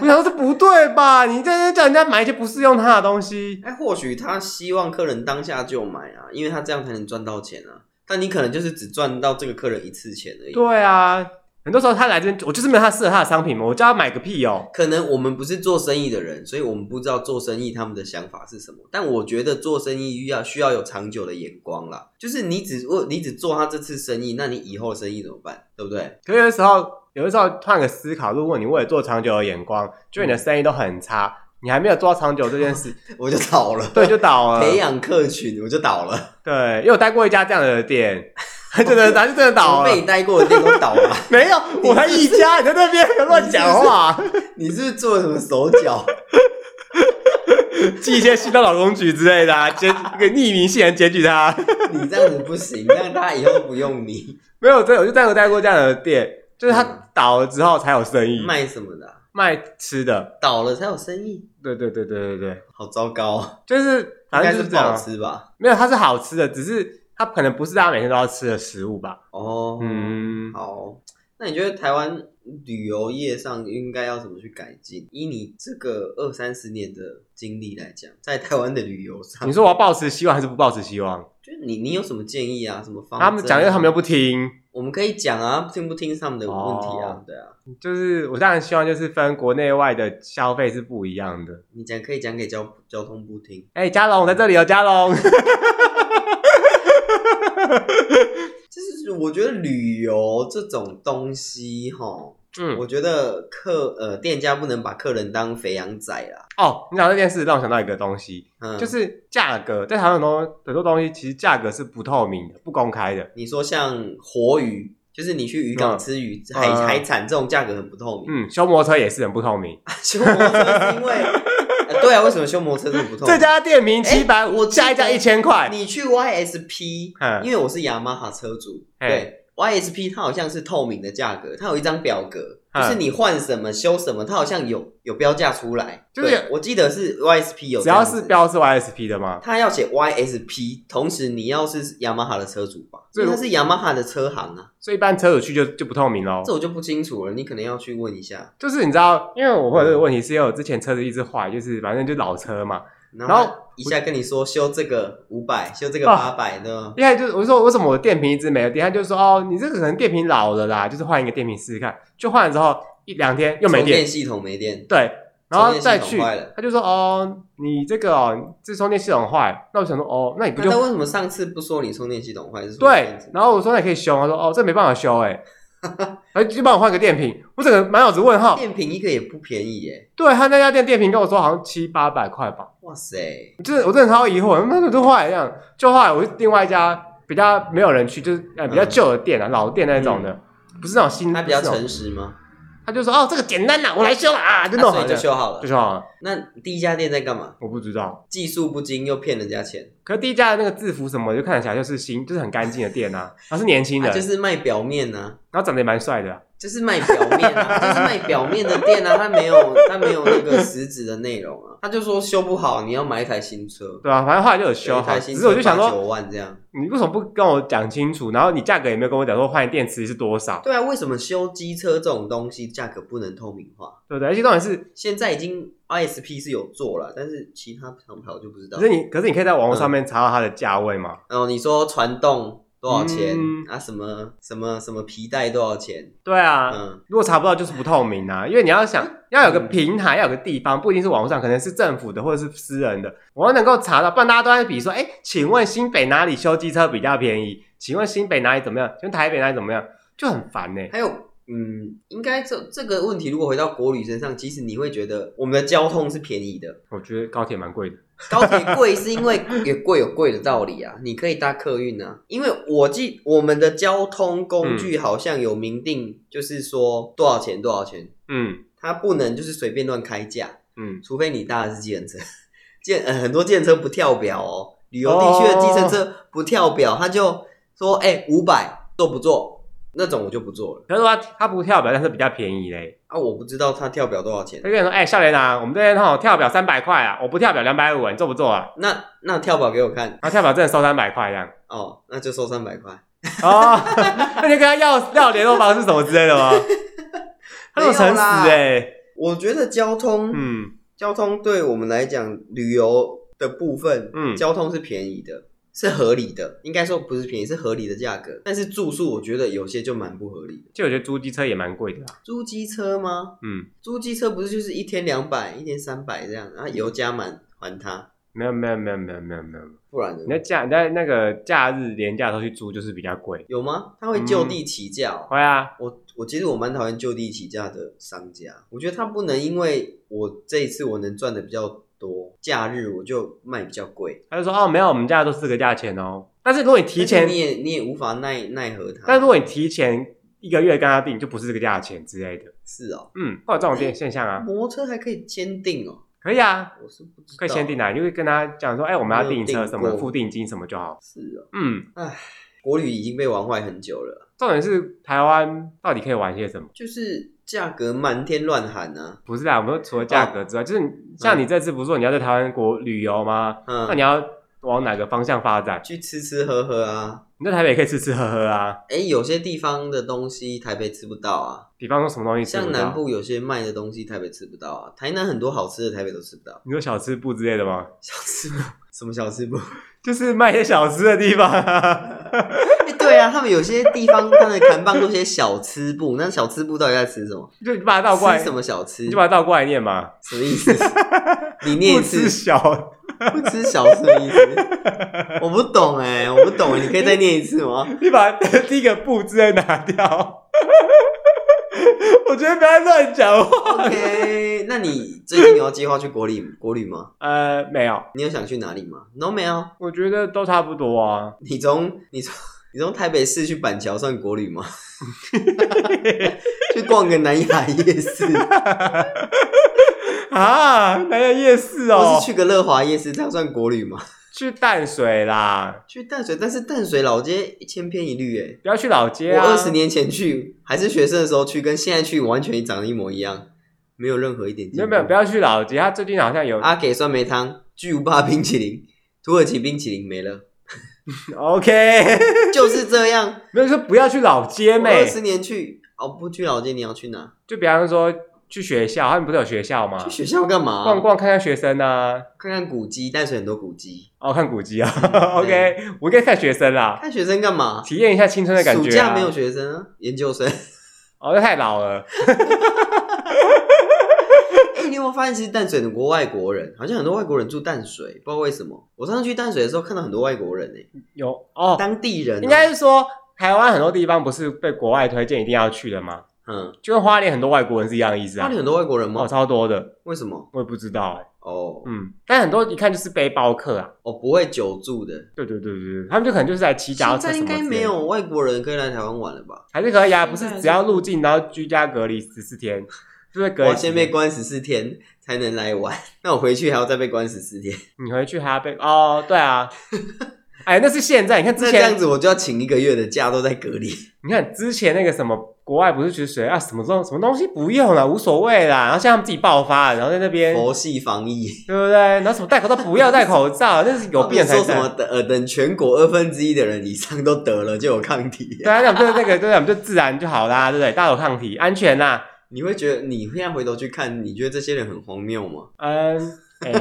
[SPEAKER 2] 我想说这不对吧？你在这叫人家买一些不适用他的东西，
[SPEAKER 1] 哎，或许他希望客人当下就买啊，因为他这样才能赚到钱啊。但你可能就是只赚到这个客人一次钱而已。
[SPEAKER 2] 对啊，很多时候他来这边，我就是没有他适合他的商品嘛，我叫他买个屁哦。
[SPEAKER 1] 可能我们不是做生意的人，所以我们不知道做生意他们的想法是什么。但我觉得做生意要需要有长久的眼光啦，就是你只为你只做他这次生意，那你以后生意怎么办？对不对？
[SPEAKER 2] 可是有的时候，有的时候换个思考，如果你为了做长久的眼光，就你的生意都很差，你还没有做到长久这件
[SPEAKER 1] [LAUGHS]
[SPEAKER 2] 事，
[SPEAKER 1] 我就倒了，
[SPEAKER 2] 对，就倒了。
[SPEAKER 1] 培养客群我就倒了，
[SPEAKER 2] 对，因为我待过一家这样的店， [LAUGHS] 真的，咱就真的 [LAUGHS] 倒
[SPEAKER 1] 哦我
[SPEAKER 2] 了
[SPEAKER 1] 被。你带过的店都倒了， [LAUGHS]
[SPEAKER 2] 没有，我还一家，你在那边乱讲话，
[SPEAKER 1] 你是不是做了什么手脚？ [LAUGHS]
[SPEAKER 2] 寄一些信到劳工局之类的、啊，检一个匿名信人检举他。
[SPEAKER 1] 你这样子不行，这样他以后不用你
[SPEAKER 2] 没有，真的，我就在我待过这样的店，就是他倒了之后才有生意，卖
[SPEAKER 1] 嗯卖什么的啊、
[SPEAKER 2] 卖吃的。
[SPEAKER 1] 倒了才有生意，
[SPEAKER 2] 对对对对对对，
[SPEAKER 1] 好糟糕啊！
[SPEAKER 2] 就是
[SPEAKER 1] 应
[SPEAKER 2] 反
[SPEAKER 1] 该
[SPEAKER 2] 正
[SPEAKER 1] 是不
[SPEAKER 2] 就是这样
[SPEAKER 1] 好
[SPEAKER 2] 啊。
[SPEAKER 1] 吃吧？
[SPEAKER 2] 没有，它是好吃的，只是它可能不是大家每天都要吃的食物吧。
[SPEAKER 1] 哦，
[SPEAKER 2] 嗯，
[SPEAKER 1] 好，那你觉得台湾旅游业上应该要怎么去改进？以你这个二三十年的经历来讲，在台湾的旅游上
[SPEAKER 2] 你，说我要抱持希望还是不抱持希望？
[SPEAKER 1] 就是你你有什么建议啊？什么方针啊、
[SPEAKER 2] 他们讲因为他们又不听。
[SPEAKER 1] 我们可以讲啊，听不听是他们的问题啊？
[SPEAKER 2] 哦
[SPEAKER 1] 对啊，
[SPEAKER 2] 就是我当然希望就是分国内外的消费是不一样的。
[SPEAKER 1] 你讲可以讲给交交通部听。
[SPEAKER 2] 哎、嘉龙，我在这里哦，嘉龙。
[SPEAKER 1] 就是我觉得旅游这种东西，哈，
[SPEAKER 2] 嗯， [LAUGHS]
[SPEAKER 1] 我觉得客呃店家不能把客人当肥羊仔啦。
[SPEAKER 2] 哦，你讲这件事让我想到一个东西，
[SPEAKER 1] 嗯，
[SPEAKER 2] 就是价格，在台湾很多很多东西其实价格是不透明的、不公开的。
[SPEAKER 1] 你说像活鱼，就是你去渔港吃鱼、
[SPEAKER 2] 嗯
[SPEAKER 1] 海
[SPEAKER 2] 嗯
[SPEAKER 1] 海产这种价格很不透明。 [LAUGHS]
[SPEAKER 2] 嗯，修摩托车也是很不透明。
[SPEAKER 1] 修摩托车是因为、呃对啊，为什么修摩托车这么不透明？
[SPEAKER 2] 这家店名七百，
[SPEAKER 1] 哦哎我记得
[SPEAKER 2] 下一家一千块。
[SPEAKER 1] 你去 YSP，
[SPEAKER 2] 嗯
[SPEAKER 1] 因为我是雅马哈车主，
[SPEAKER 2] 嘿
[SPEAKER 1] 对 YSP 它好像是透明的价格，它有一张表格，就
[SPEAKER 2] 嗯
[SPEAKER 1] 是你换什么修什么，它好像有有标价出来。
[SPEAKER 2] 就是
[SPEAKER 1] 对我记得是 YSP 有
[SPEAKER 2] 只
[SPEAKER 1] 这
[SPEAKER 2] 要
[SPEAKER 1] 样子，
[SPEAKER 2] 是标是 YSP 的吗？
[SPEAKER 1] 它要写 YSP，同时你要是雅马哈的车主吧，
[SPEAKER 2] 这
[SPEAKER 1] 因为它是雅马哈的车行啊，
[SPEAKER 2] 所以一般车主去就就不透明喽。
[SPEAKER 1] 这我就不清楚了，你可能要去问一下。
[SPEAKER 2] 就是你知道，因为我会有这个问题，是因为我之前车子一直坏，就是反正就老车嘛。
[SPEAKER 1] 然
[SPEAKER 2] 然
[SPEAKER 1] 后
[SPEAKER 2] 后
[SPEAKER 1] 一下跟你说修这个五百，修这个八
[SPEAKER 2] 啊
[SPEAKER 1] 百的。
[SPEAKER 2] 一开始就是我就说为什么我的电瓶一直没有电，他就说哦，你这个可能电瓶老了啦，就是换一个电瓶试试看。就换了之后一两天又没
[SPEAKER 1] 充电
[SPEAKER 2] 电，
[SPEAKER 1] 系统没电，
[SPEAKER 2] 对，然后
[SPEAKER 1] 充电系
[SPEAKER 2] 再
[SPEAKER 1] 统
[SPEAKER 2] 去
[SPEAKER 1] 坏了
[SPEAKER 2] 他就说哦，你这个哦，这充电系统坏。那我想说哦，那你不
[SPEAKER 1] 那他啊为
[SPEAKER 2] 就
[SPEAKER 1] 什么上次不说你充电系统坏？是说
[SPEAKER 2] 对
[SPEAKER 1] 电池？
[SPEAKER 2] 然后我说那你可以修，他说哦，这没办法修
[SPEAKER 1] [LAUGHS]
[SPEAKER 2] 哎、欸，然后就帮我换个电瓶。我整个满脑子问号。
[SPEAKER 1] 电瓶一个也不便宜耶，
[SPEAKER 2] 对他那家店电瓶跟我说好像七八百块吧，
[SPEAKER 1] 哇塞！
[SPEAKER 2] 就是我真的超疑惑，那都坏了这样，就后来我另外一家比较没有人去，就是呃比较旧的店啊，老店那种的，不是那种新，
[SPEAKER 1] 嗯他比较
[SPEAKER 2] 不是那种
[SPEAKER 1] 诚实吗？
[SPEAKER 2] 他就说哦这个简单啦、我来修了啊，就
[SPEAKER 1] 那
[SPEAKER 2] 弄
[SPEAKER 1] 所
[SPEAKER 2] 好
[SPEAKER 1] 以就
[SPEAKER 2] 了，
[SPEAKER 1] 修好
[SPEAKER 2] 就
[SPEAKER 1] 了。
[SPEAKER 2] 修好了。
[SPEAKER 1] 那第一家店在干嘛？
[SPEAKER 2] 我不知道，
[SPEAKER 1] 技术不精又骗人家钱，
[SPEAKER 2] 可是第一家的那个制服什么，就看起来就是新，就是很干净的店
[SPEAKER 1] [LAUGHS]
[SPEAKER 2] 啊，然后是年轻
[SPEAKER 1] 啊
[SPEAKER 2] 人，
[SPEAKER 1] 就是卖表面呐、
[SPEAKER 2] 然后长得也蛮帅的啊、
[SPEAKER 1] 就是卖表面
[SPEAKER 2] [LAUGHS]
[SPEAKER 1] 啊，就是卖表面的店啊，他没有他没有那个实质的内容啊。他就说修不好，你要买一台新车，
[SPEAKER 2] 对吧、反正后来就有 [LAUGHS] 修
[SPEAKER 1] 有一
[SPEAKER 2] 好，
[SPEAKER 1] 台
[SPEAKER 2] 只
[SPEAKER 1] 新
[SPEAKER 2] 是我
[SPEAKER 1] 车
[SPEAKER 2] 就想
[SPEAKER 1] 八
[SPEAKER 2] 说，
[SPEAKER 1] 九万这样。
[SPEAKER 2] 你为什么不跟我讲清楚？然后你价格也没有跟我讲说换电池是多少，
[SPEAKER 1] 对啊，为什么修机车这种东西价格不能透明化？
[SPEAKER 2] 对不对？而且重点是，
[SPEAKER 1] 现在已经 ISP 是有做了，但是其他厂牌我就不知道嗯
[SPEAKER 2] 可。是你，可是你可以在网络上面查到它的价位嘛？
[SPEAKER 1] 然后你说传动多少钱、
[SPEAKER 2] 嗯
[SPEAKER 1] 啊？什么什么什么皮带多少钱？
[SPEAKER 2] 对啊，
[SPEAKER 1] 嗯，
[SPEAKER 2] 如果查不到就是不透明啊，因为你要想要有个平台，要有个地方，不一定是网络上，可能是政府的或者是私人的，我要能够查到，不然大家都在比说，哎，请问新北哪里修机车比较便宜？请问新北哪里怎么样？请问台北哪里怎么样？就很烦呢、
[SPEAKER 1] 还有，嗯，应该这这个问题，如果回到国旅身上，其实你会觉得我们的交通是便宜的，
[SPEAKER 2] 我觉得高铁蛮贵的，
[SPEAKER 1] 高铁贵是因为也贵有贵的道理啊，你可以搭客运啊，因为我记我们的交通工具好像有明定，就是说多少钱多少钱，
[SPEAKER 2] 嗯
[SPEAKER 1] 它不能就是随便乱开价，
[SPEAKER 2] 嗯，
[SPEAKER 1] 除非你搭的是计程车，计呃很多计程车不跳表哦，旅游地区的计程
[SPEAKER 2] 哦
[SPEAKER 1] 车不跳表，他就说哎五百做不做，那种我就不做了
[SPEAKER 2] 可是说它不跳表，但是比较便宜嘞。
[SPEAKER 1] 啊，我不知道他跳表多少钱
[SPEAKER 2] 他。跟你说，哎、少年啊，我们这边吼跳表三百块啊，我不跳表两百五，你做不做啊？
[SPEAKER 1] 那那跳表给我看
[SPEAKER 2] 然后跳表真的收三百块这样。
[SPEAKER 1] 哦，那就收三百块。
[SPEAKER 2] 哦， [LAUGHS] 那就跟他要要联络方式什么之类的吗？他那么诚实哎、
[SPEAKER 1] 我觉得交通，
[SPEAKER 2] 嗯
[SPEAKER 1] 交通对我们来讲，旅游的部分，
[SPEAKER 2] 嗯
[SPEAKER 1] 交通是便宜的，是合理的，应该说不是便宜，是合理的价格。但是住宿，我觉得有些就蛮不合理的。
[SPEAKER 2] 就我觉得租机车也蛮贵的啦。
[SPEAKER 1] 租机车吗？
[SPEAKER 2] 嗯，
[SPEAKER 1] 租机车不是就是一天两百，一天三百这样，然后油加满还他，
[SPEAKER 2] 没有没有没有没有没有没有，
[SPEAKER 1] 不然呢
[SPEAKER 2] 你在假你在那个假日廉价的时候去租就是比较贵。
[SPEAKER 1] 有吗？他会就地起价、哦。
[SPEAKER 2] 会啊，
[SPEAKER 1] 我我其实我蛮讨厌就地起价的商家，我觉得他不能因为我这一次我能赚的比较多，假日我就卖比较贵，
[SPEAKER 2] 他就说哦没有，我们家都是这个价钱哦。但是如果你提
[SPEAKER 1] 但
[SPEAKER 2] 前
[SPEAKER 1] 是你，也你也无法奈奈何他。
[SPEAKER 2] 但如果你提前一个月跟他订，就不是这个价钱之类的。
[SPEAKER 1] 是哦，
[SPEAKER 2] 嗯，会有这种现现象啊，
[SPEAKER 1] 摩托车还可以签订哦，
[SPEAKER 2] 可以啊，
[SPEAKER 1] 嗯我是不知道，
[SPEAKER 2] 可以先订啊，你就跟他讲说，哎、我们要订车什
[SPEAKER 1] 没有
[SPEAKER 2] 么，
[SPEAKER 1] 订过
[SPEAKER 2] 付定金什么就好。
[SPEAKER 1] 是哦，
[SPEAKER 2] 嗯，
[SPEAKER 1] 国旅已经被玩坏很久了，
[SPEAKER 2] 重点是台湾到底可以玩些什么？
[SPEAKER 1] 就是价格漫天乱喊啊，
[SPEAKER 2] 不是啊，我们说除了价格之外，
[SPEAKER 1] 哦
[SPEAKER 2] 就是你像你这次不是说你要在台湾国旅游吗？那
[SPEAKER 1] 嗯
[SPEAKER 2] 你，要往哪个方向发展？
[SPEAKER 1] 去吃吃喝喝啊，
[SPEAKER 2] 你在台北也可以吃吃喝喝啊，
[SPEAKER 1] 哎，有些地方的东西台北吃不到啊，
[SPEAKER 2] 比方说什么东西吃
[SPEAKER 1] 像
[SPEAKER 2] 不
[SPEAKER 1] 南
[SPEAKER 2] 到，
[SPEAKER 1] 部有些卖的东西台北吃不到啊，台南很多好吃的台北都吃不到。
[SPEAKER 2] 你说小吃部之类的吗？
[SPEAKER 1] 小吃部？什么小吃部？ [LAUGHS]
[SPEAKER 2] 就是卖一些小吃的地方 [LAUGHS] 啊。
[SPEAKER 1] 哎、对啊，他们有些地方他们扛棒都写小吃部，那小吃部到底在吃什么？
[SPEAKER 2] 就你把它倒过来，
[SPEAKER 1] 吃什么小吃？
[SPEAKER 2] 你就把它倒过来念嘛，
[SPEAKER 1] 什么意思？你念
[SPEAKER 2] 不
[SPEAKER 1] 一
[SPEAKER 2] 吃
[SPEAKER 1] 次，
[SPEAKER 2] 小，
[SPEAKER 1] 不吃小吃的意思？我不懂哎、我不懂、你可以再念一次吗？
[SPEAKER 2] 你把第一个不字类拿掉。 [LAUGHS] 我觉得不要乱讲话。
[SPEAKER 1] OK，那你最近有计划去国旅国旅吗？
[SPEAKER 2] 呃，没有，
[SPEAKER 1] 你有想去哪里吗？都没有。
[SPEAKER 2] 我觉得都差不多啊。
[SPEAKER 1] 你从你从你从台北市去板桥算国旅吗？ [LAUGHS] 去逛个南雅夜市，
[SPEAKER 2] 啊，南洋夜市
[SPEAKER 1] 或
[SPEAKER 2] 哦，
[SPEAKER 1] 是去个乐华夜市，这样算国旅吗？
[SPEAKER 2] 去淡水啦，
[SPEAKER 1] 去淡水，但是淡水老街千篇一律诶、
[SPEAKER 2] 不要去老街啊。
[SPEAKER 1] 我二十年前去还是学生的时候去，跟现在去完全长得一模一样，没有任何一点进
[SPEAKER 2] 没
[SPEAKER 1] 步。
[SPEAKER 2] 有没有，不要去老街。他最近好像有、
[SPEAKER 1] 阿给酸梅汤、巨无霸冰淇淋、土耳其冰淇淋没了，
[SPEAKER 2] OK，
[SPEAKER 1] 就是这
[SPEAKER 2] [LAUGHS]
[SPEAKER 1] 样。
[SPEAKER 2] 没有说不要去老街
[SPEAKER 1] 我二
[SPEAKER 2] 妹，
[SPEAKER 1] 十年去哦，不去老街，你要去哪？
[SPEAKER 2] 就比方说去学校，他们不是有学校吗
[SPEAKER 1] 去？学校干嘛？
[SPEAKER 2] 逛逛看看学生啊，
[SPEAKER 1] 看看古迹，淡水很多古迹。
[SPEAKER 2] 哦，看古迹啊。
[SPEAKER 1] 嗯
[SPEAKER 2] [LAUGHS] OK，我应该看学生啦，
[SPEAKER 1] 看学生干嘛？
[SPEAKER 2] 体验一下青春的感觉、啊。
[SPEAKER 1] 暑假没有学生啊，研究生。 [LAUGHS]
[SPEAKER 2] 哦，那太老了。
[SPEAKER 1] 哎、你有没有发现，其实淡水很多外国人，好像很多外国人住淡水，不知道为什么。我上次去淡水的时候，看到很多外国人哎、
[SPEAKER 2] 有哦，
[SPEAKER 1] 当地人、
[SPEAKER 2] 应该是说台湾很多地方不是被国外推荐一定要去的吗？
[SPEAKER 1] 嗯，
[SPEAKER 2] 就跟花莲很多外国人是一样的意思
[SPEAKER 1] 那
[SPEAKER 2] 啊
[SPEAKER 1] 里。很多外国人
[SPEAKER 2] 哦，
[SPEAKER 1] 吗？
[SPEAKER 2] 超多的，
[SPEAKER 1] 为什么？
[SPEAKER 2] 我也不知道哎、
[SPEAKER 1] 哦，
[SPEAKER 2] 嗯，但很多一看就是背包客啊。
[SPEAKER 1] 哦，不会久住的。
[SPEAKER 2] 对对对对，对他们就可能就是来骑脚踏
[SPEAKER 1] 现
[SPEAKER 2] 车
[SPEAKER 1] 在
[SPEAKER 2] 什
[SPEAKER 1] 应
[SPEAKER 2] 么之类
[SPEAKER 1] 该
[SPEAKER 2] 的
[SPEAKER 1] 没，有外国人可以来台湾玩了吧？
[SPEAKER 2] 还是可以啊，不
[SPEAKER 1] 现在还
[SPEAKER 2] 是
[SPEAKER 1] 是
[SPEAKER 2] 只要入境然后居家隔离十四天，就是隔
[SPEAKER 1] 我
[SPEAKER 2] 离。
[SPEAKER 1] 先被关十四天才能来玩， [LAUGHS] 那我回去还要再被关十四天，
[SPEAKER 2] 你回去还要被哦，对
[SPEAKER 1] [LAUGHS]
[SPEAKER 2] 啊，哎，那是现在，你看之
[SPEAKER 1] 那这样
[SPEAKER 2] 前，
[SPEAKER 1] 子我就要请一个月的假都在隔离。
[SPEAKER 2] 你看之前那个什么国外不是觉得谁啊什么东什么东西不用了，无所谓啦，然后现在他们自己爆发了，然后在那边
[SPEAKER 1] 佛系防疫，
[SPEAKER 2] 对不对？然后什么戴口罩不要戴口罩，那是有病
[SPEAKER 1] 他
[SPEAKER 2] 才
[SPEAKER 1] 们哦说什么
[SPEAKER 2] 戴。
[SPEAKER 1] 等呃等全国二分之一的人以上都得了就有抗体 [LAUGHS]
[SPEAKER 2] 对，啊，那我们就那个，对啊，我们就自然就好啦，对不对？大家有抗体，安全啦。
[SPEAKER 1] 你会觉得你现在回头去看，你觉得这些人很荒谬吗？
[SPEAKER 2] 嗯，
[SPEAKER 1] [LAUGHS]
[SPEAKER 2] 哎，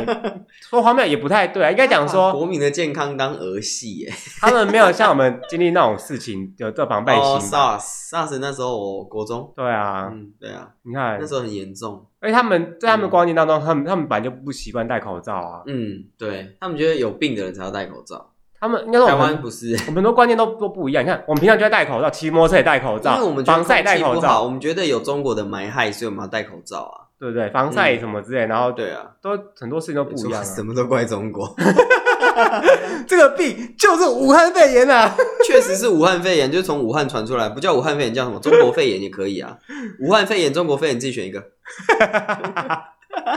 [SPEAKER 2] 说荒谬也不太对啊，应该讲
[SPEAKER 1] 把
[SPEAKER 2] 说
[SPEAKER 1] 国民的健康当儿戏耶。
[SPEAKER 2] 他们没有像我们经历那种事情有这防备
[SPEAKER 1] 哦
[SPEAKER 2] 心吧。
[SPEAKER 1] ，SARS SARS 那时候我国中，
[SPEAKER 2] 对啊，
[SPEAKER 1] 嗯，对啊，
[SPEAKER 2] 你看
[SPEAKER 1] 那，时候很严重。
[SPEAKER 2] 而且他们在他们
[SPEAKER 1] 嗯
[SPEAKER 2] 光景当中，他们他们本来就不习惯戴口罩啊。
[SPEAKER 1] 嗯，对他们觉得有病的人才要戴口罩，
[SPEAKER 2] 他们应该说
[SPEAKER 1] 台
[SPEAKER 2] 我
[SPEAKER 1] 湾
[SPEAKER 2] 们
[SPEAKER 1] 不是，
[SPEAKER 2] 我们很多观念都都不一样。你看，我们平常就在戴口罩，骑摩托车也戴口
[SPEAKER 1] 因
[SPEAKER 2] 罩，
[SPEAKER 1] 为我们觉得
[SPEAKER 2] 防晒也
[SPEAKER 1] 空
[SPEAKER 2] 戴
[SPEAKER 1] 气
[SPEAKER 2] 口
[SPEAKER 1] 不好，
[SPEAKER 2] 罩，
[SPEAKER 1] 我们觉得有中国的霾害，所以我们要戴口罩啊。
[SPEAKER 2] 对不对？防晒什么之类，然后
[SPEAKER 1] 对啊，
[SPEAKER 2] 都很多事情都不一样、
[SPEAKER 1] 什
[SPEAKER 2] 啊。
[SPEAKER 1] 么都怪中国，
[SPEAKER 2] 这个病就是武汉肺炎啊！
[SPEAKER 1] [LAUGHS] 确实是武汉肺炎，就是从武汉传出来，不叫武汉肺炎，叫什么？中国肺炎也可以啊。武汉肺炎、中国肺炎，自己选一个。
[SPEAKER 2] [LAUGHS]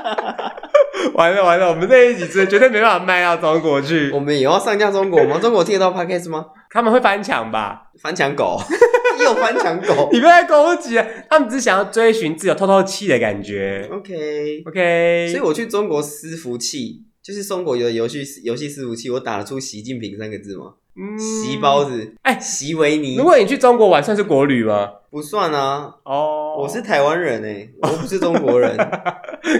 [SPEAKER 2] 完了完了，我们这一集绝绝对没办法卖到中国去
[SPEAKER 1] 我，们也要上架中国吗？中国听得到 podcast 吗？
[SPEAKER 2] 他们会翻墙吧？
[SPEAKER 1] 翻墙 [LAUGHS] 狗，又翻墙 [LAUGHS] 狗。
[SPEAKER 2] 你不要再攻击啊！他们只是想要追寻自由透透气的感觉。
[SPEAKER 1] OK，
[SPEAKER 2] OK，
[SPEAKER 1] 嗯所以我去中国伺服器，就是中国有的游戏游戏伺服器，我打得出习近平三个字吗？
[SPEAKER 2] 嗯
[SPEAKER 1] 习包子，
[SPEAKER 2] 哎
[SPEAKER 1] 习维尼
[SPEAKER 2] 如果你去中国玩，算是国旅吗？
[SPEAKER 1] 不算啊，
[SPEAKER 2] 哦
[SPEAKER 1] 我是台湾人哎、我不是中国人。
[SPEAKER 2] [LAUGHS]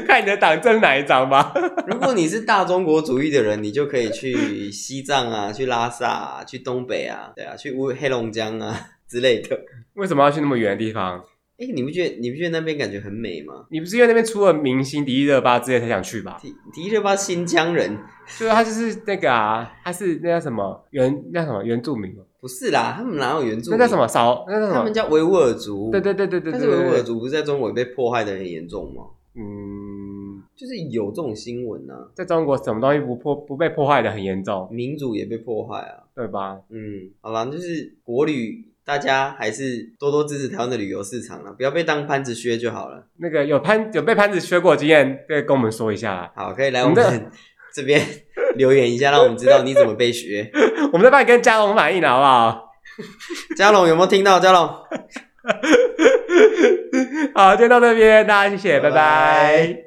[SPEAKER 2] 看你的党政哪一张吧。 [LAUGHS]
[SPEAKER 1] [LAUGHS] 如果你是大中国主义的人，你就可以去西藏啊，去拉萨啊，去东北啊，对啊，去乌黑龙江啊 [LAUGHS] 之类的。
[SPEAKER 2] 为什么要去那么远的地方？
[SPEAKER 1] 哎、你不觉得你不觉得那边感觉很美吗？
[SPEAKER 2] 你不是因为那边出了明星迪丽热巴之类才想去吧？
[SPEAKER 1] 迪迪热巴新疆人
[SPEAKER 2] 就是他就是那个啊，他是那叫什么原那叫什么原住民吗，
[SPEAKER 1] 不是啦，他们哪有原住
[SPEAKER 2] 那
[SPEAKER 1] 民？
[SPEAKER 2] 叫什么少那叫什
[SPEAKER 1] 他
[SPEAKER 2] 么
[SPEAKER 1] 们？叫维吾尔族。
[SPEAKER 2] 对对对对对
[SPEAKER 1] 但
[SPEAKER 2] 对
[SPEAKER 1] 是维吾尔
[SPEAKER 2] 对对，
[SPEAKER 1] 族不是在中国也被迫害的很严重吗？
[SPEAKER 2] 嗯，
[SPEAKER 1] 就是有这种新闻啊，
[SPEAKER 2] 在中国什么东西不破不被破坏的很严重，
[SPEAKER 1] 民主也被迫害啊。
[SPEAKER 2] 对吧？
[SPEAKER 1] 嗯，好啦，就是国旅，大家还是多多支持台湾的旅游市场啦，不要被当攀子削就好了。
[SPEAKER 2] 那个有潘有被潘子削过的经验，可以跟我们说一下啊。
[SPEAKER 1] 好，可以来我
[SPEAKER 2] 你
[SPEAKER 1] 们
[SPEAKER 2] 的
[SPEAKER 1] 这边 [LAUGHS] 留言一下，让我们知道你怎么被削。
[SPEAKER 2] 我们再帮你跟嘉龙反映了好不好？
[SPEAKER 1] 嘉龙有没有听到？嘉龙，
[SPEAKER 2] 好，今天到这边，大家谢谢，
[SPEAKER 1] 拜拜
[SPEAKER 2] 拜拜